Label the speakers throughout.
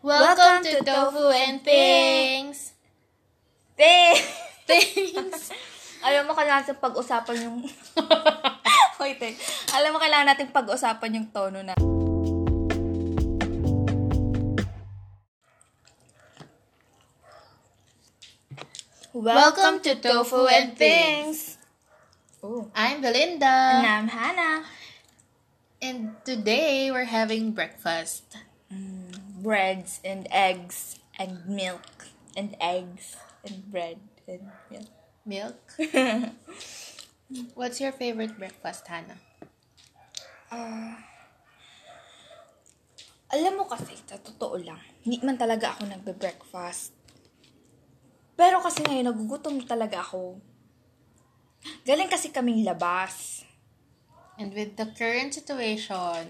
Speaker 1: Welcome to Tofu and Things!
Speaker 2: Te!
Speaker 1: Things!
Speaker 2: Alam mo, kailangan natin pag-usapan yung... Hoy, te. Alam mo, kailangan natin pag-usapan yung tono na...
Speaker 1: Welcome to Tofu and Things!
Speaker 2: Oh.
Speaker 1: I'm Belinda.
Speaker 2: Nam Hana.
Speaker 1: And today, we're having breakfast.
Speaker 2: Breads and eggs and milk and eggs and bread and milk.
Speaker 1: Milk? What's your favorite breakfast, Hannah?
Speaker 2: Alam mo kasi, sa totoo lang, hindi man talaga ako nagbe-breakfast. Pero kasi ngayon, nagugutom talaga ako. Galing kasi kaming labas.
Speaker 1: And with the current situation,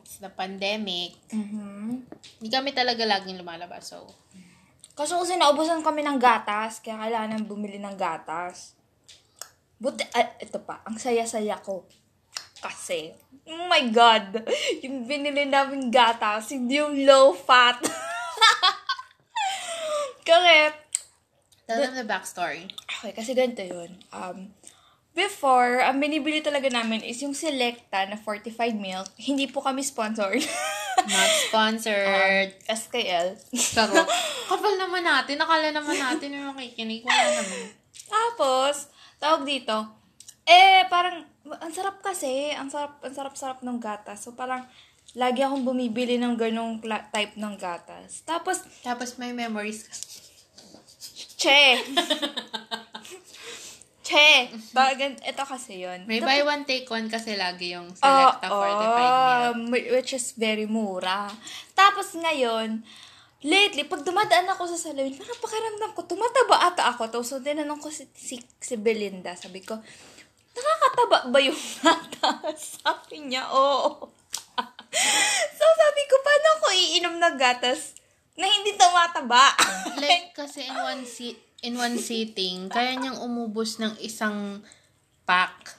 Speaker 1: it's the pandemic,
Speaker 2: Mhm.
Speaker 1: hindi kami talaga laging lumalabas. So,
Speaker 2: Kaso kasi naubusan kami ng gatas, kaya kailangan bumili ng gatas. But, ah, ito pa, ang saya-saya ko. Kasi, oh my God, yung binili namin gatas, hindi yung low fat. Correct.
Speaker 1: tell them the backstory.
Speaker 2: Okay, kasi ganito yun. Um, before, ang binibili talaga namin is yung Selecta na fortified milk. Hindi po kami sponsored.
Speaker 1: Not sponsored.
Speaker 2: SKL.
Speaker 1: Pero, kapal naman natin. Nakala naman natin yung makikinig. Wala naman.
Speaker 2: Tapos, tawag dito, eh, parang, ang sarap kasi, ang sarap, ang sarap-sarap ng gatas. So, parang, lagi akong bumibili ng ganong kla- type ng gatas. Tapos,
Speaker 1: Tapos may memories ka.
Speaker 2: che! che! Bagan, ito kasi yun.
Speaker 1: May buy one, take one kasi lagi yung
Speaker 2: Ah,
Speaker 1: Selecta fortified milk.
Speaker 2: um, Which is very mura. Tapos ngayon, lately, pag dumadaan ako sa salamin, parang pakiramdam ko, tumataba ata ako. Tapos so, tinanong ko si, si, si Belinda, sabi ko, nakakataba ba yung gatas? Sabi niya, oo. so sabi ko, paano ako iinom ng gatas na hindi tumataba?
Speaker 1: Like, kasi in one, si- in one sitting, kaya niyang umubos ng isang pack.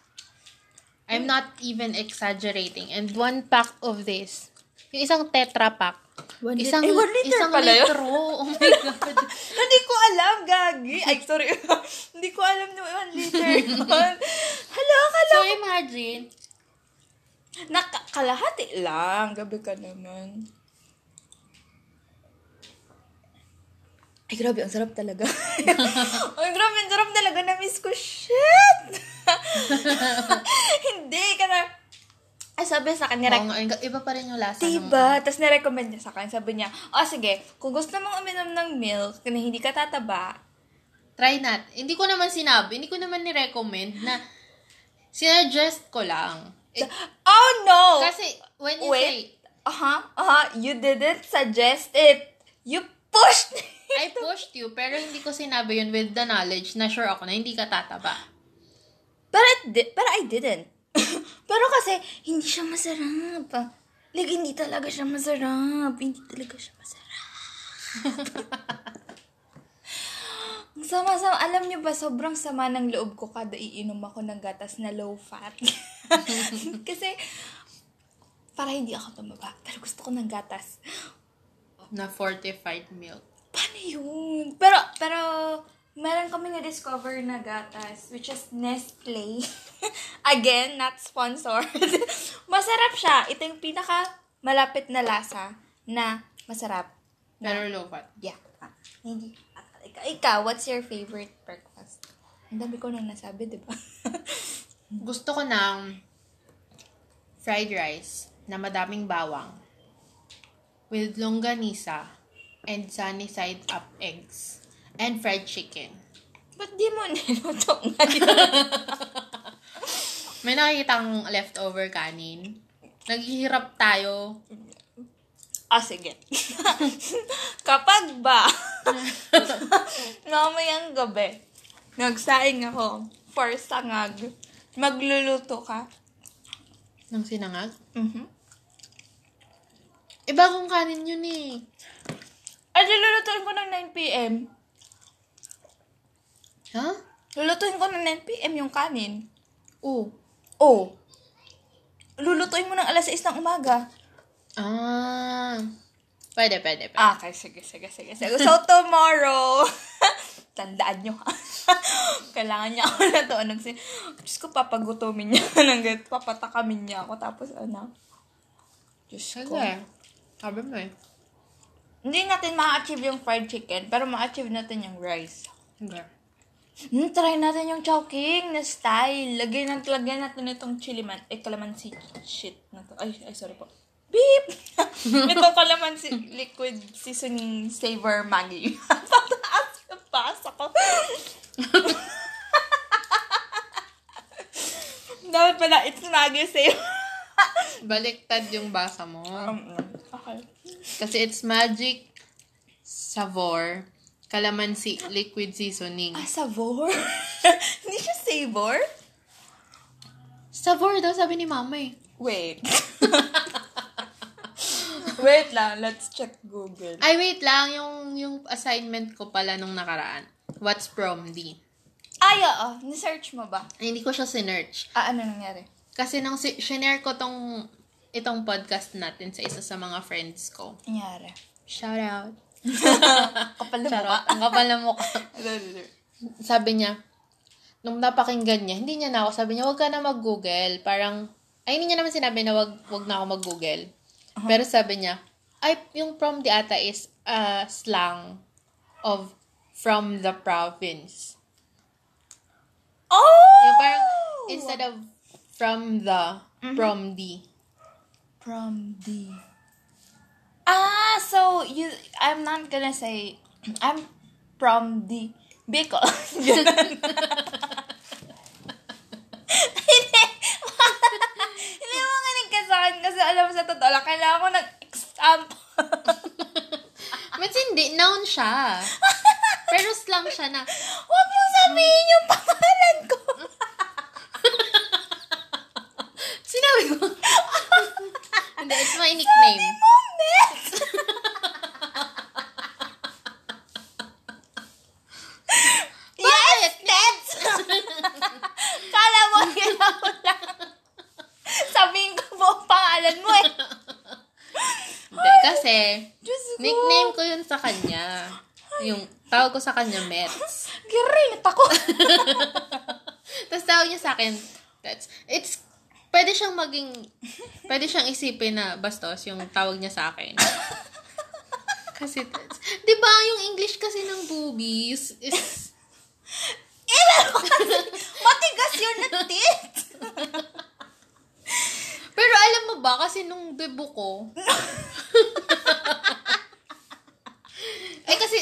Speaker 1: I'm
Speaker 2: Hmm.
Speaker 1: not even exaggerating. And one pack of this, yung isang tetra pack,
Speaker 2: One lit-
Speaker 1: isang,
Speaker 2: eh, one liter
Speaker 1: isang
Speaker 2: pala yun.
Speaker 1: litro. Oh my God.
Speaker 2: Hindi ko alam, gagi. Ay, sorry. Hindi ko alam na one liter yun. Hala, akala
Speaker 1: So, imagine,
Speaker 2: Nakakalahati lang. Gabi ka naman. Ay, grabe. Ang sarap talaga. Ay, grabe. Ang sarap talaga. Na-miss ko. Shit! Hindi ka na... Ay, sabi sa kanya,
Speaker 1: Oo nga, Oh, iba pa rin yung lasa. ng-
Speaker 2: Diba? Tapos nirecommend niya sa akin. Sabi niya, o sige, kung gusto mong uminom ng milk na hindi ka tataba,
Speaker 1: Try not. Hindi ko naman sinabi, hindi ko naman ni-recommend na sinuggest ko lang. Eh,
Speaker 2: oh no!
Speaker 1: kasi, eh. when you
Speaker 2: Wait.
Speaker 1: say,
Speaker 2: Aha, aha, you didn't suggest it. You pushed it.
Speaker 1: I pushed you, pero hindi ko sinabi yun with the knowledge na sure ako na hindi ka tataba.
Speaker 2: Pero, it di- pero I didn't. pero kasi, hindi siya masarap. Like, hindi talaga siya masarap. Hindi talaga siya masarap. Ang sama-sama. Alam niyo ba, sobrang sama ng loob ko kada iinom ako ng gatas na low fat. kasi, para hindi ako tumaba. Pero gusto ko ng gatas.
Speaker 1: Na fortified milk.
Speaker 2: Paano yun? Pero, pero, meron kami na-discover na gatas, which is Nestle. Again, not sponsored. masarap siya. Ito yung pinaka malapit na lasa na masarap.
Speaker 1: Pero low fat.
Speaker 2: Yeah. Ah, Hindi. Ah, Ikaw, ikaw, what's your favorite breakfast? Ang dami ko nang nasabi, di ba?
Speaker 1: Gusto ko ng fried rice na madaming bawang with longganisa and sunny side up eggs and fried chicken.
Speaker 2: Ba't di mo niluto ngayon?
Speaker 1: May nakikita akong leftover kanin. Naghihirap tayo.
Speaker 2: Ah, sige. Kapag ba, mamayang gabi, nagsaing ako for sangag, magluluto ka.
Speaker 1: Nang sinangag?
Speaker 2: Mhm.
Speaker 1: Eh, bagong kanin yun eh.
Speaker 2: At lulutuin ko ng 9pm.
Speaker 1: Ha?
Speaker 2: Lulutuin ko ng 9pm yung kanin.
Speaker 1: Oo.
Speaker 2: Oh. Lulutuin mo ng alas 6 ng umaga.
Speaker 1: Ah. Pwede, pwede, pwede.
Speaker 2: Ah, okay. Sige, sige, sige. sige. So, tomorrow, tandaan nyo ha. Kailangan niya ako na to. Anong sin- Diyos ko, papagutomin niya. Anong ganito, papatakamin niya ako. Tapos, ano? Diyos ko.
Speaker 1: Sige. Sabi mo eh.
Speaker 2: Hindi natin ma-achieve yung fried chicken, pero ma-achieve natin yung rice.
Speaker 1: Sige.
Speaker 2: Hmm, try natin yung chowking na style. Lagay natin, lagyan natin itong chili man, eh, calamansi shit na to. Ay, ay, sorry po. Beep! itong calamansi liquid seasoning savor Maggi. Pataas na pasa ko. Dapat pala, it's Maggi savor.
Speaker 1: Baliktad yung basa mo.
Speaker 2: Um, okay.
Speaker 1: Kasi it's magic savor calamansi liquid seasoning.
Speaker 2: Ah, savor? Hindi siya savor?
Speaker 1: Savor daw sabi ni mama eh.
Speaker 2: Wait. Wait lang, let's check Google.
Speaker 1: Ay, wait lang. Yung, yung assignment ko pala nung nakaraan. What's PROMD?
Speaker 2: Ay, oo. Ni-search mo ba?
Speaker 1: Ay, Hindi ko siya sinerch.
Speaker 2: Ah, ano nangyari?
Speaker 1: Kasi nung si- shinare ko tong itong podcast natin sa isa sa mga friends ko.
Speaker 2: Nangyari.
Speaker 1: Shout out.
Speaker 2: Kapal na mukha.
Speaker 1: Charot. Ang kapal na mukha. sabi niya, nung napakinggan niya, hindi niya na ako, sabi niya, huwag ka na mag-google. Parang, ay, hindi niya naman sinabi na wag, wag na ako mag-google. Pero sabi niya, ay, yung from the ata is uh, slang of from the province.
Speaker 2: oh!
Speaker 1: Yung parang, instead of from the, from the.
Speaker 2: From the... Ah, so you... I'm not gonna say... I'm from the... Bicol. Ganun. Hindi. Hindi mo nganig ka sa akin kasi alam mo sa totoo lang, kailangan ko ng example.
Speaker 1: Mas hindi, noun siya. Pero slang siya na,
Speaker 2: Huwag mong sabihin yung pangalan ko.
Speaker 1: sinabi ko. hindi, it's my nickname.
Speaker 2: Moment! yes, Nets! Kala mo, ginaw lang. Sabihin ko po ang pangalan mo eh.
Speaker 1: Hindi, kasi,
Speaker 2: Diyos ko.
Speaker 1: Nickname ko yun sa kanya. Yung tawag ko sa kanya, Mets.
Speaker 2: Girinit ako.
Speaker 1: Tapos tawag niya sa akin, that's, it's, pwede siyang maging, pwede siyang isipin na bastos yung tawag niya sa akin. Kasi, that's, di ba yung English kasi ng boobies is,
Speaker 2: Ilan ko kasi. Matigas yun na tit.
Speaker 1: pero alam mo ba, kasi nung bebo ko, eh kasi,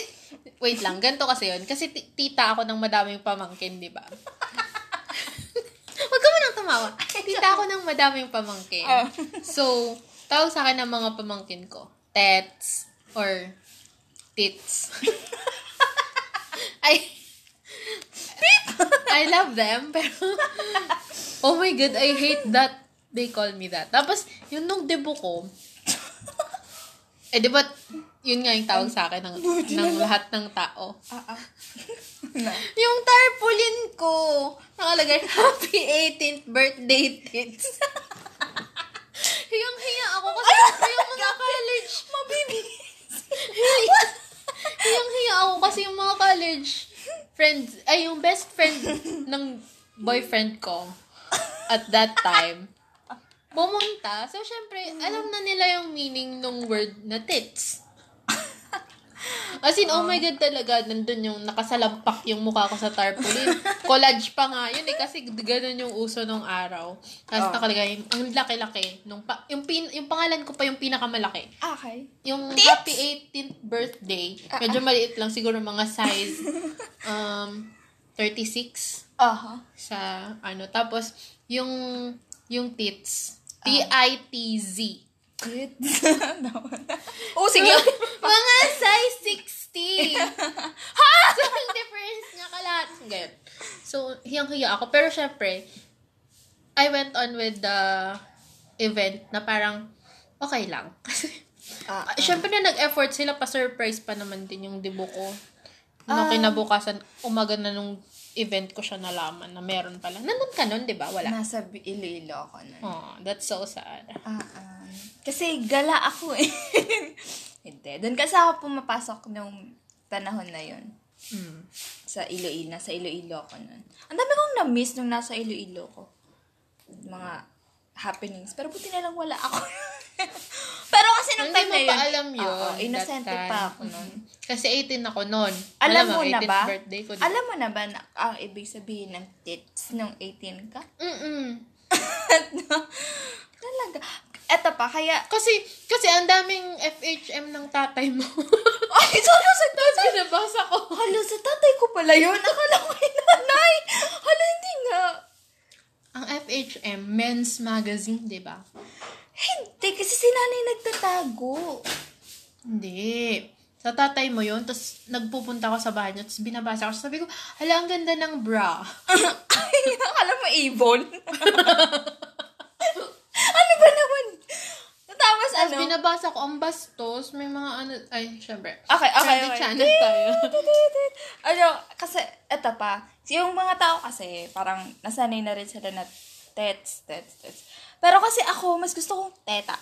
Speaker 1: wait lang, ganito kasi yun. Kasi ti- tita ako ng madaming pamangkin, di ba? Huwag ka mo nang tumawa. Tita ako ng madaming pamangkin.
Speaker 2: Oh.
Speaker 1: so, tawag sa akin ng mga pamangkin ko. Tets or tits. I, I love them, pero oh my God, I hate that they call me that. Tapos, yun nung debo ko, eh, di ba, yun nga yung tawag sa akin ng, ng lahat ng tao.
Speaker 2: Ah, ah. Na.
Speaker 1: Yung tarpaulin ko, nakalagay, happy 18th birthday tits. yung hiya ako kasi yung mga college.
Speaker 2: Mabibigis.
Speaker 1: yung hiya ako kasi yung mga college friends, ay yung best friend ng boyfriend ko at that time. Bumunta. So, syempre, alam na nila yung meaning ng word na tits. As in, oh my God talaga, nandun yung nakasalampak yung mukha ko sa tarpaulin. Collage pa nga yun eh, kasi ganun yung uso nung araw. Tapos
Speaker 2: Oh.
Speaker 1: nakalagay, ang laki-laki. Nung pa, yung, pin, yung pangalan ko pa yung pinakamalaki.
Speaker 2: Okay.
Speaker 1: Yung
Speaker 2: Tits?
Speaker 1: happy 18th birthday, medyo maliit lang, siguro mga size um, 36
Speaker 2: Aha.
Speaker 1: sa ano. Tapos, yung yung tits, T-I-T-Z.
Speaker 2: Good. oh, sige.
Speaker 1: mga size 60.
Speaker 2: Ah,
Speaker 1: ha? So, yung difference niya kalat. Ganyan. So, hiyang-hiya ako. Pero, syempre, I went on with the event na parang okay lang. Kasi,
Speaker 2: Ah,
Speaker 1: Ah, Siyempre na nag-effort sila, pa-surprise pa naman din yung debo ko. Na kinabukasan, umaga na nung event ko siya nalaman na meron pala. Nandun ka nun, di ba? Wala.
Speaker 2: nasa B- Iloilo ako nun.
Speaker 1: Oh, that's so sad.
Speaker 2: Ah, ah. Kasi gala ako eh. Cavite. Doon kasi ako pumapasok nung panahon na yun.
Speaker 1: Hmm.
Speaker 2: Sa Iloilo. Nasa Iloilo ako nun. Ang dami kong na-miss nung nasa Iloilo ko. Mga happenings. Pero buti na lang wala ako. Pero kasi nung
Speaker 1: Hindi
Speaker 2: time
Speaker 1: mo
Speaker 2: na yun.
Speaker 1: pa alam yun.
Speaker 2: Oo,
Speaker 1: that
Speaker 2: inosente
Speaker 1: time.
Speaker 2: pa ako nun.
Speaker 1: Kasi 18 ako noon.
Speaker 2: Alam
Speaker 1: Wala
Speaker 2: mo
Speaker 1: bang
Speaker 2: na
Speaker 1: 18th
Speaker 2: ba?
Speaker 1: birthday ko.
Speaker 2: Alam mo na ba na ang ibig sabihin ng tits nung 18 ka?
Speaker 1: Mm-mm.
Speaker 2: Talaga. Eto pa, kaya...
Speaker 1: Kasi, kasi ang daming FHM ng tatay mo.
Speaker 2: Ay, sorry sa tatay!
Speaker 1: Binabasa ko.
Speaker 2: Hala, sa tatay ko pala yun. Akala ko yung nanay. Hala, hindi nga.
Speaker 1: Ang FHM, men's magazine, di ba?
Speaker 2: Hindi, kasi si nanay nagtatago.
Speaker 1: Hindi. Sa tatay mo yun, tapos nagpupunta ko sa bahay niya, tapos binabasa ko. Sabi ko, hala, ang ganda ng bra.
Speaker 2: Ano? Ay, akala mo Avon. ano ba naman? Tapos
Speaker 1: Tapos
Speaker 2: ano?
Speaker 1: binabasa ko, ang bastos, may mga ano, ay, syempre.
Speaker 2: Okay, okay,
Speaker 1: Friendly
Speaker 2: okay.
Speaker 1: channel tayo.
Speaker 2: Tititit. ano, kasi, eto pa, yung mga tao kasi, parang nasanay na rin sila na tets, tets, tets. Pero kasi ako, mas gusto kong teta.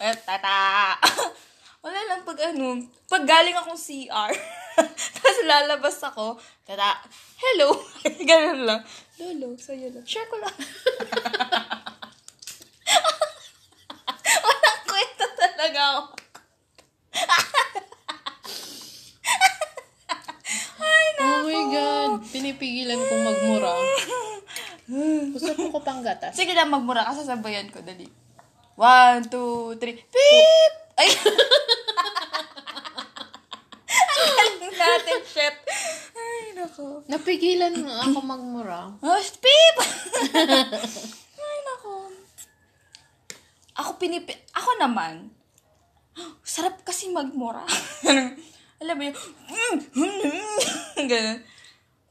Speaker 2: Eh, teta. Wala lang pag ano, pag galing akong CR, tapos lalabas ako, teta, hello, ganun lang. Lolo, sa'yo lang. Share ko lang. Walang kwento talaga ako.
Speaker 1: oh my God, pinipigilan kong magmura. Gusto ko ko pang gatas.
Speaker 2: Sige lang, magmura ka. Sasabayan ko. Dali. One, two, three. Beep! Ay! Ang galing natin, shit. Ay, nako.
Speaker 1: Napigilan mo ako magmura.
Speaker 2: Oh, beep! Ay, nako. Ako pinipi... Ako naman. Sarap kasi magmura. Alam mo yun. Mm, Ganun.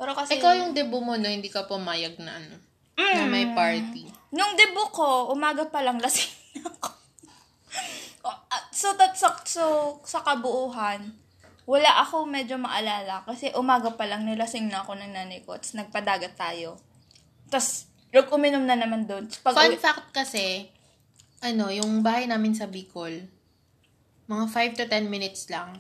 Speaker 2: Pero kasi...
Speaker 1: Ikaw yung debut mo no, hindi ka pumayag na ano, na may
Speaker 2: Mm.
Speaker 1: party.
Speaker 2: Nung debut ko, umaga pa lang lasing ako. Oh, ah, so, that, so, so, sa kabuuhan, wala ako medyo maalala kasi umaga pa lang nilasing na ako ng nanay ko. Tapos nagpadagat tayo. Tapos, look, uminom na naman doon. Tapos pag
Speaker 1: Fun fact kasi, ano, yung bahay namin sa Bicol, mga 5 to 10 minutes lang,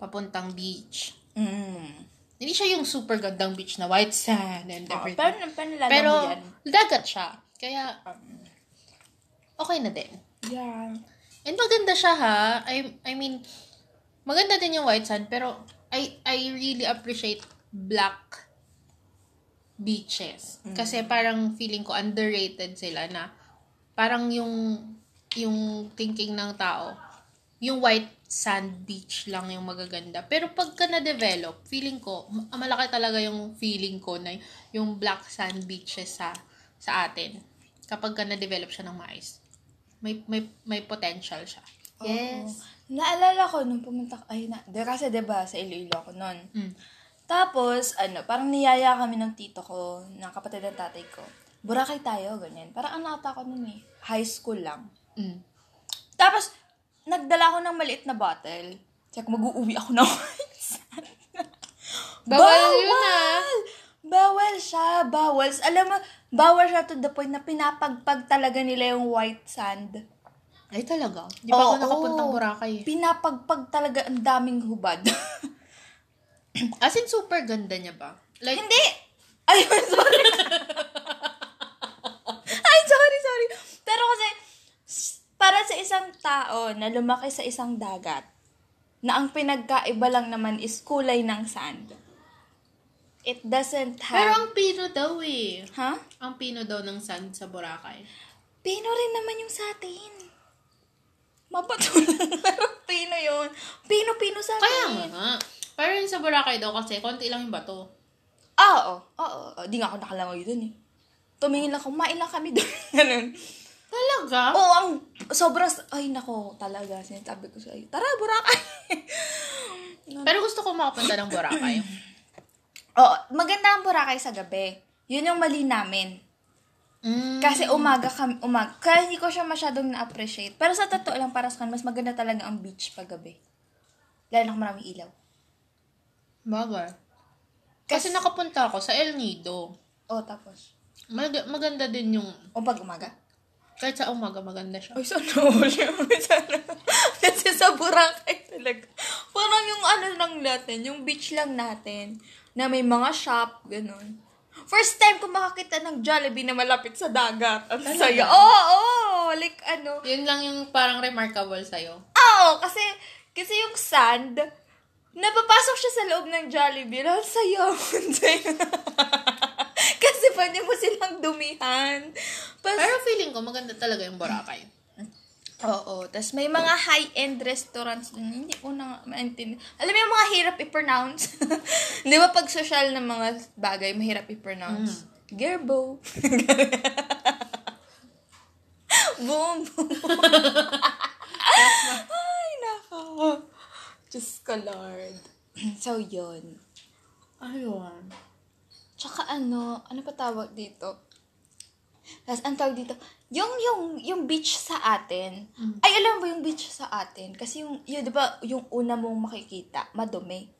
Speaker 1: papuntang beach.
Speaker 2: Mm.
Speaker 1: Hindi siya yung super gandang beach na white sand and
Speaker 2: Oh,
Speaker 1: everything.
Speaker 2: pero panalala
Speaker 1: Pero,
Speaker 2: mo yan.
Speaker 1: dagat siya. Kaya, um, okay na din.
Speaker 2: Yeah.
Speaker 1: And maganda siya ha. I, I mean, maganda din yung white sand, pero I, I really appreciate black beaches. Kasi parang feeling ko underrated sila na parang yung yung thinking ng tao, yung white sand beach lang yung magaganda. Pero pagka na-develop, feeling ko, ma- malaki talaga yung feeling ko na yung black sand beaches sa sa atin. Kapag ka na-develop siya ng maayos. May, may, may potential siya. Yes.
Speaker 2: Oo. Naalala ko nung pumunta ko, ay na, de, kasi 'di ba sa Iloilo ako noon.
Speaker 1: Mm.
Speaker 2: Tapos, ano, parang niyaya kami ng tito ko, ng kapatid ng tatay ko. Boracay tayo, ganyan. Parang ano ata ako nun eh, high school lang.
Speaker 1: Mm.
Speaker 2: Tapos, nagdala ako ng maliit na bottle. Check, mag-uuwi ako ng
Speaker 1: Bawal yun ah.
Speaker 2: Bawal siya, bawal. Alam mo, bawal siya to the point na pinapagpag talaga nila yung white sand.
Speaker 1: Ay talaga? Di ba ako
Speaker 2: Oo.
Speaker 1: nakapuntang Boracay? eh.
Speaker 2: Pinapagpag talaga ang daming hubad.
Speaker 1: As in, super ganda niya ba? Like,
Speaker 2: Hindi! Ay, sorry. Ay, sorry, sorry. Pero kasi, s- para sa isang tao na lumaki sa isang dagat, na ang pinagkaiba lang naman is kulay ng sand. It doesn't have...
Speaker 1: pero ang pino daw eh.
Speaker 2: ha?
Speaker 1: Ang pino daw ng sand sa Boracay.
Speaker 2: Pino rin naman yung sa atin. Mapatulang pero pino yun. Pino-pino sa atin.
Speaker 1: Kaya nga. Pero yung sa Boracay daw kasi, konti lang yung bato.
Speaker 2: Ah, oo. Oo, oo. Di nga ako nakalangoy dun eh. Tumingin lang ako, main lang kami dun. Ganun.
Speaker 1: Talaga?
Speaker 2: Oo, ang sobrang... Ay, nako, talaga. Sinasabi ko sa'yo. Tara, Boracay!
Speaker 1: Pero gusto ko makapunta ng Boracay.
Speaker 2: Oo, maganda ang Boracay sa gabi. Yun yung mali namin.
Speaker 1: mm.
Speaker 2: Kasi umaga kami, umaga. Kaya hindi ko siya masyadong na-appreciate. Pero sa totoo lang, para sa akin, mas maganda talaga ang beach pag gabi. Lalo na kung maraming ilaw.
Speaker 1: Bagay. Kasi nakapunta ako sa El Nido.
Speaker 2: Oo, tapos.
Speaker 1: Mag- maganda din yung...
Speaker 2: O pag umaga?
Speaker 1: Kahit sa umaga, maganda siya.
Speaker 2: Ay, sana all. Sana. Kasi sa Boracay talaga. Parang yung ano lang natin, yung beach lang natin, na may mga shop, ganun. First time ko makakita ng Jollibee na malapit sa dagat. Ang saya. Oo, oo. Like ano.
Speaker 1: Yun lang yung parang remarkable sa'yo.
Speaker 2: Oo, kasi, kasi yung sand, napapasok siya sa loob ng Jollibee. Ang saya. Ang saya. kasi pwede mo silang dumihan. Pas-
Speaker 1: Pero feeling ko maganda talaga yung Boracay.
Speaker 2: Oo. Tapos may mga high-end restaurants dun. Hindi ko na nga maintindihan. Alam mo yung mga hirap i-pronounce? Di ba pag social na mga bagay, mahirap i-pronounce? Gerbo. boom, boom. Ay, nako. Diyos ko, Lord. so, yun.
Speaker 1: Ayun.
Speaker 2: Tsaka ano, ano pa tawag dito? Tapos ang tawag dito, yung, yung, yung beach sa atin, ay alam mo yung beach sa atin, kasi yung, yun, di ba, yung una mong makikita, madumi.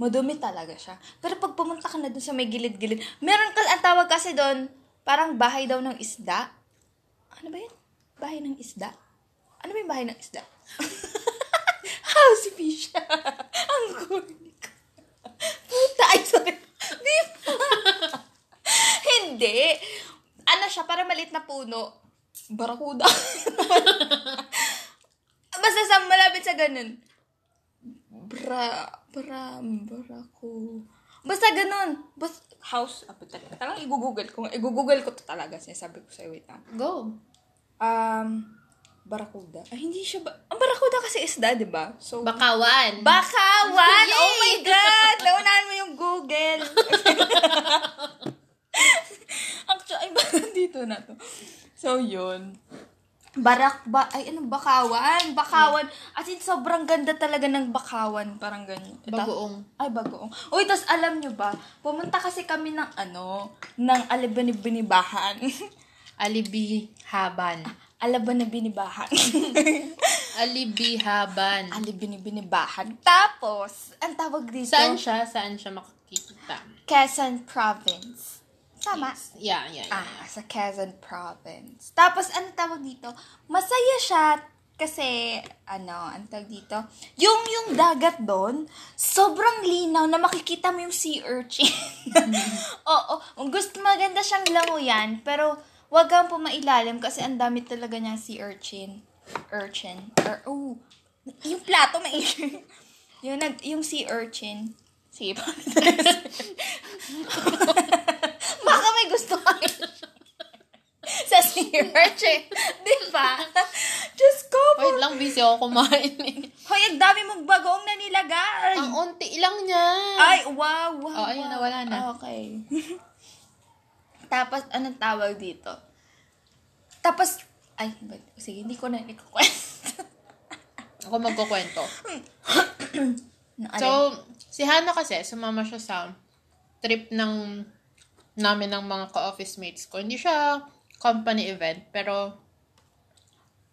Speaker 2: Madumi talaga siya. Pero pag pumunta ka na dun sa may gilid-gilid, meron ka, ang tawag kasi doon, parang bahay daw ng isda. Ano ba yun? Bahay ng isda? Ano ba yung bahay ng isda? House fish. ang corny ko. Puta, ay, sorry. Di ba? Hindi. Ano siya, para malit na puno. Barakuda. Basta sa malapit sa ganun. Bra, bra, brako. Basta ganun. Basta, house, ah, puta, talagang igugugol ko. nga. Igugugol ko to talaga. Sinasabi ko sa'yo, wait lang.
Speaker 1: Go.
Speaker 2: Um, barakuda. Ay, hindi siya ba? Ang barakuda kasi isda, di ba? So,
Speaker 1: Bakawan.
Speaker 2: Bakawan!
Speaker 1: Yay!
Speaker 2: Oh my God! Naunahan mo yung Google. Actually, ay, bakit dito na to? So, yun. Barak ba? Ay, ano? Bakawan? Bakawan. As in, sobrang ganda talaga ng bakawan. Parang ganyan. Ito-
Speaker 1: Bagoong.
Speaker 2: Ay, bagoong. Uy, tas alam nyo ba? Pumunta kasi kami ng ano, ng Alabanibinibahan.
Speaker 1: Alibihaban.
Speaker 2: Alabanibinibahan.
Speaker 1: Alibihaban.
Speaker 2: Ano Alabanibinibahan. Tapos, ang tawag dito?
Speaker 1: Saan siya? Saan siya makikita?
Speaker 2: Quezon Province. Tama.
Speaker 1: Yeah, yeah, yeah.
Speaker 2: Ah, sa Quezon Province. Tapos, ano tawag dito? Masaya siya kasi, ano, ang tawag dito? Yung, yung dagat doon, sobrang linaw na makikita mo yung sea urchin. Oo, ang gusto maganda siyang languyan, pero wag kang pumailalim kasi ang dami talaga niyang sea urchin. Urchin. Or, oh, yung plato may yung, nag, yung sea urchin. Sige, Baka may gusto kami. sa sea urchin. Di ba? Diyos ko po.
Speaker 1: Wait lang, busy ako kumain. eh.
Speaker 2: Hoy, ang dami mong bagoong nanilagay.
Speaker 1: Ang unti lang niya.
Speaker 2: Ay, wow, wow,
Speaker 1: Ah, Oh, ayun,
Speaker 2: wow.
Speaker 1: nawala na.
Speaker 2: Okay. Tapos, anong tawag dito? Tapos, ay, but, sige, hindi ko na ikukwento.
Speaker 1: Ako magkukwento.
Speaker 2: Ano,
Speaker 1: So, si Hannah kasi, sumama siya sa trip ng namin ng mga ka-office mates ko. Hindi siya company event, pero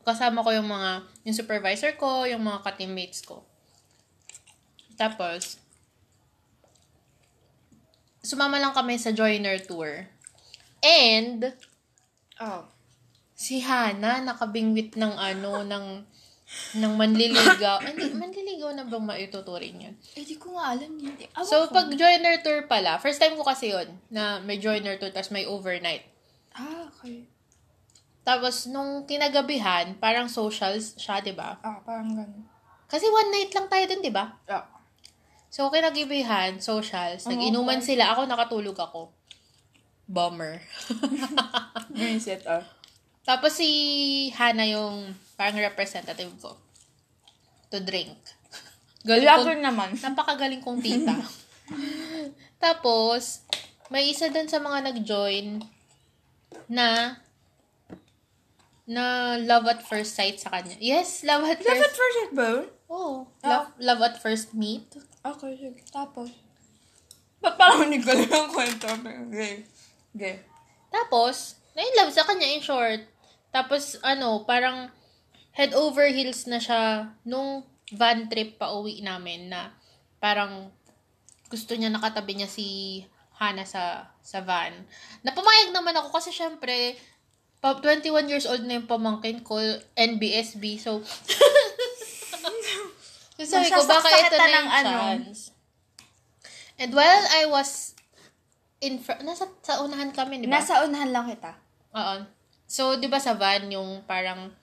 Speaker 1: kasama ko yung mga, yung supervisor ko, yung mga ka-teammates ko. Tapos, sumama lang kami sa joiner tour. And,
Speaker 2: oh.
Speaker 1: si Hana nakabingwit ng ano, ng ng manliligaw. Hindi, manliligaw na bang maituturing yun?
Speaker 2: Eh, di ko nga alam. Hindi. Awa
Speaker 1: So,
Speaker 2: ko.
Speaker 1: pag joiner tour pala, first time ko kasi yun, na may joiner tour, tapos may overnight.
Speaker 2: Ah, okay.
Speaker 1: Tapos, nung kinagabihan, parang social siya, di ba?
Speaker 2: Ah, parang ganun.
Speaker 1: Kasi one night lang tayo dun, di ba?
Speaker 2: Ah.
Speaker 1: So, kinagabihan, socials, nag-inuman sila, ako nakatulog ako. Bummer.
Speaker 2: Reset, ah.
Speaker 1: Tapos si Hana yung parang representative ko. To drink. Galing
Speaker 2: Labo
Speaker 1: kong-
Speaker 2: naman.
Speaker 1: Napakagaling kong tita. Tapos, may isa dun sa mga nag-join na na love at first sight sa kanya. Yes, love at
Speaker 2: Dapat
Speaker 1: first...
Speaker 2: first bone?
Speaker 1: Oh, love, love at first meet.
Speaker 2: Okay, sige. Tapos? Ba't parang hindi ko lang ang kwento? Okay. Okay.
Speaker 1: Tapos, na-in-love sa kanya in short. Tapos, ano, parang head over heels na siya nung van trip pa uwi namin na parang gusto niya nakatabi niya si Hana sa sa van. Napamayag naman ako kasi syempre pa- 21 years old na yung pamangkin ko, NBSB. So, So, sabi ko, baka
Speaker 2: Masasaksakan
Speaker 1: ito
Speaker 2: ka
Speaker 1: na yung
Speaker 2: ng ano.
Speaker 1: chance. And while I was in front, nasa sa unahan kami, di ba?
Speaker 2: Nasa unahan lang kita.
Speaker 1: Oo. So, di ba sa van, yung parang,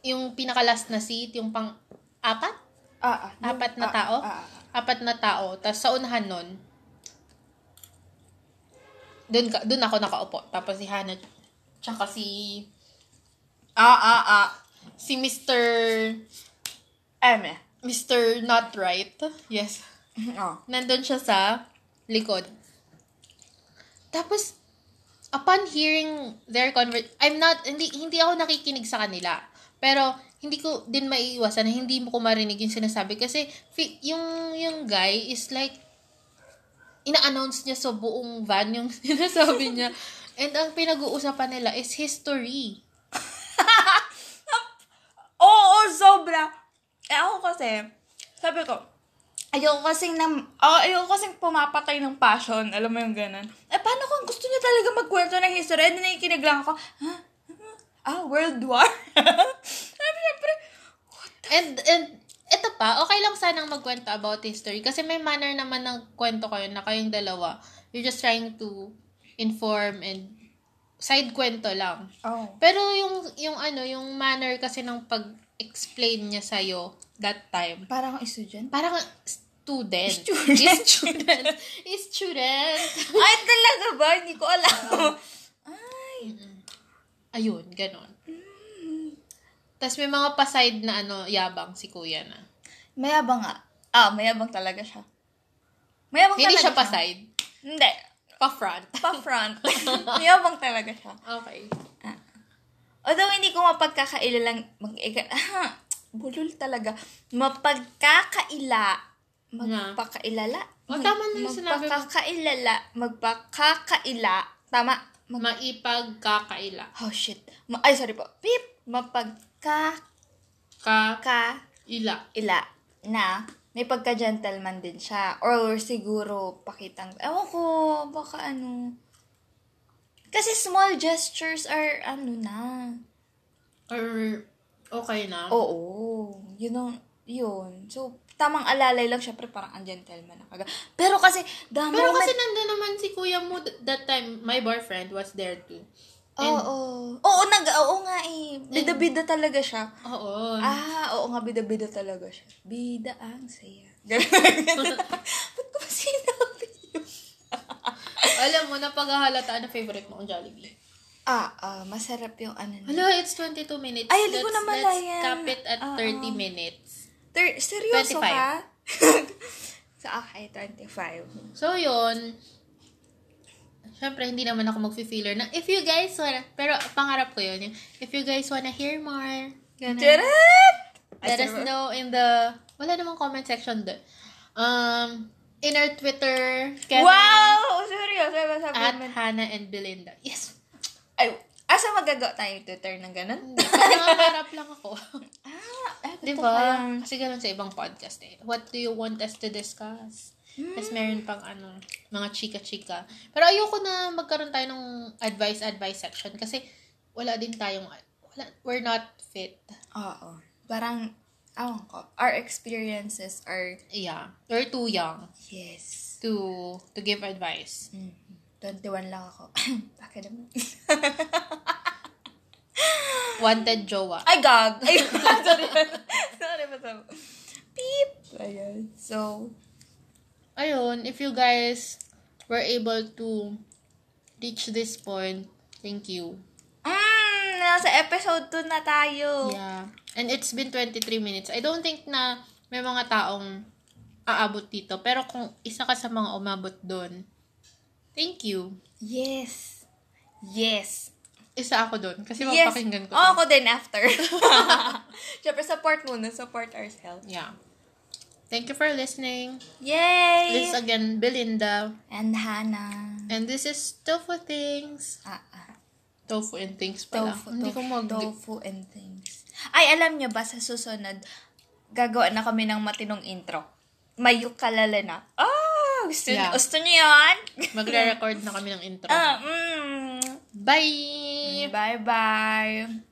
Speaker 1: yung pinaka-last na seat, yung pang apat?
Speaker 2: Ah, ah. Yung-
Speaker 1: Apat na
Speaker 2: ah,
Speaker 1: tao?
Speaker 2: ah, ah, ah.
Speaker 1: Apat na tao. Tapos sa unahan nun, dun, ka, dun ako nakaupo. Tapos si Hannah, tsaka si,
Speaker 2: Ah, ah, ah.
Speaker 1: si Mr.
Speaker 2: Eme.
Speaker 1: Mr. Not Right. Yes.
Speaker 2: Oh.
Speaker 1: nandun siya sa likod. Tapos, upon hearing their conver I'm not, hindi, hindi ako nakikinig sa kanila. Pero, hindi ko din maiiwasan, na hindi mo ko marinig yung sinasabi. Kasi, fi- yung, yung guy is like, ina-announce niya sa buong van yung sinasabi niya. And ang pinag-uusapan nila is history.
Speaker 2: Oo, Oh, sobra. Eh, ako kasi, sabi ko, ayoko kasing, nam, oh, ayoko kasing pumapatay ng passion. Alam mo yung ganun. Eh, paano kung gusto niya talaga magkwento ng history? Eh, nakikinig lang ako, ha? Ah, World War? Sabi syempre,
Speaker 1: And, and, eto pa, okay lang sanang magkwento about history. Kasi may manner naman ng kwento kayo na kayong dalawa. You're just trying to inform and side kwento lang.
Speaker 2: oh.
Speaker 1: Pero yung, yung ano, yung manner kasi ng pag-explain niya sa'yo that time,
Speaker 2: Parang akong estudyante.
Speaker 1: parang student.
Speaker 2: Student.
Speaker 1: Student. student.
Speaker 2: Ay, talaga ba? Hindi ko alam. Ay.
Speaker 1: Ayun, ganon. Tapos may mga paside na ano, yabang si kuya na.
Speaker 2: Mayabang nga. Ah, mayabang talaga siya. Mayabang
Speaker 1: Hindi
Speaker 2: talaga
Speaker 1: siya paside.
Speaker 2: Hindi.
Speaker 1: Pa-front.
Speaker 2: Pa-front. mayabang talaga siya.
Speaker 1: Okay.
Speaker 2: Although hindi ko mapagkakaila lang, mag bulol talaga. Mapagkakaila, magpakailala.
Speaker 1: Oh, tama na yung sinabi mo.
Speaker 2: Magpakakailala, magpakakaila. Tama. Mag-
Speaker 1: Maipagkakaila.
Speaker 2: oh, shit. Ma- Ay, sorry po. Beep! Mapagkakaila
Speaker 1: Kakaila.
Speaker 2: na may pagka-gentleman din siya. Or siguro, pakitang, ewan ko, baka ano. Kasi small gestures are ano na.
Speaker 1: Or okay
Speaker 2: Oh,
Speaker 1: na.
Speaker 2: Oo. Yun ang, yun. So, tamang alalay lang, syempre parang ang gentleman na kaga. Pero kasi, the
Speaker 1: Pero
Speaker 2: moment...
Speaker 1: kasi nandun naman si kuya mo th- that time. My boyfriend was there too.
Speaker 2: oo. Oo, nag, oo nga eh. Bida-bida talaga siya.
Speaker 1: Oo.
Speaker 2: Ah, oo nga, bida-bida talaga siya. Bida ang saya. Ganun. Ba't ko ba sinabi yun?
Speaker 1: Alam mo, napaghahalata na favorite mo ang Jollibee.
Speaker 2: Ah, ah, masarap yung ano na.
Speaker 1: Hello, it's 22 minutes.
Speaker 2: Ay, hindi ko Ah,
Speaker 1: Let's-
Speaker 2: namalayan.
Speaker 1: Let's cap it at
Speaker 2: Oo.
Speaker 1: 30 minutes.
Speaker 2: Ter- seryoso
Speaker 1: 25.
Speaker 2: ka? so, okay, 25.
Speaker 1: So, yun. Siyempre, hindi naman ako mag-feeler na, if you guys wanna, pero pangarap ko yun, yung, if you guys wanna hear more, ganun.
Speaker 2: Charot! Ay,
Speaker 1: Let us
Speaker 2: sarap.
Speaker 1: know in the... Wala namang comment section doon. Um, in our Twitter, Kevin
Speaker 2: Wow! Seryoso, ano
Speaker 1: at
Speaker 2: sabi mo
Speaker 1: Hannah and Belinda. Yes!
Speaker 2: Ay, asa magagawa tayo Twitter ng ganun?
Speaker 1: Nangangarap lang ako.
Speaker 2: Ah, ay,
Speaker 1: Di
Speaker 2: gusto ko
Speaker 1: ba? Diba?
Speaker 2: yan.
Speaker 1: Kasi ganun sa ibang podcast eh. What do you want us to discuss? Tapos meron pang ano, mga chika-chika. Pero ayoko na magkaroon tayo ng advice-advice section kasi wala din tayong, wala, we're not fit.
Speaker 2: Oo. Parang, awan ko, our experiences are,
Speaker 1: Yeah. We're too young
Speaker 2: yes.
Speaker 1: to to give advice.
Speaker 2: Mm. 21 lang ako. Bakit naman?
Speaker 1: Wanted jowa.
Speaker 2: Ay, gag! Ay, sorry. sorry, masama. Beep! Ayan. So,
Speaker 1: ayun, if you guys were able to reach this point, thank you.
Speaker 2: mm, nasa episode 2 na tayo.
Speaker 1: Yeah. And it's been 23 minutes. I don't think na may mga taong aabot dito. Pero kung isa ka sa mga umabot doon, thank you.
Speaker 2: Yes. Yes.
Speaker 1: Isa ako doon. Kasi
Speaker 2: Yes. Oh.
Speaker 1: mapakinggan Ano, ko.
Speaker 2: Oo,
Speaker 1: to.
Speaker 2: ako din after. Siyempre, support muna. Support ourselves.
Speaker 1: Yeah. Thank you for listening.
Speaker 2: Yay!
Speaker 1: This is again Belinda.
Speaker 2: And Hannah.
Speaker 1: And this is Tofu Things.
Speaker 2: Ah, ah.
Speaker 1: Tofu and Things pala.
Speaker 2: Tofu,
Speaker 1: Hindi ko
Speaker 2: tofu,
Speaker 1: mag...
Speaker 2: tofu and things. Ay, alam nyo ba, sa susunod, gagawa na kami ng matinong intro. May yukalala na. Oh! Gusto,
Speaker 1: Yeah.
Speaker 2: gusto nyo yun?
Speaker 1: Magre-record na kami ng intro.
Speaker 2: Ah, mm.
Speaker 1: Bye!
Speaker 2: Bye-bye.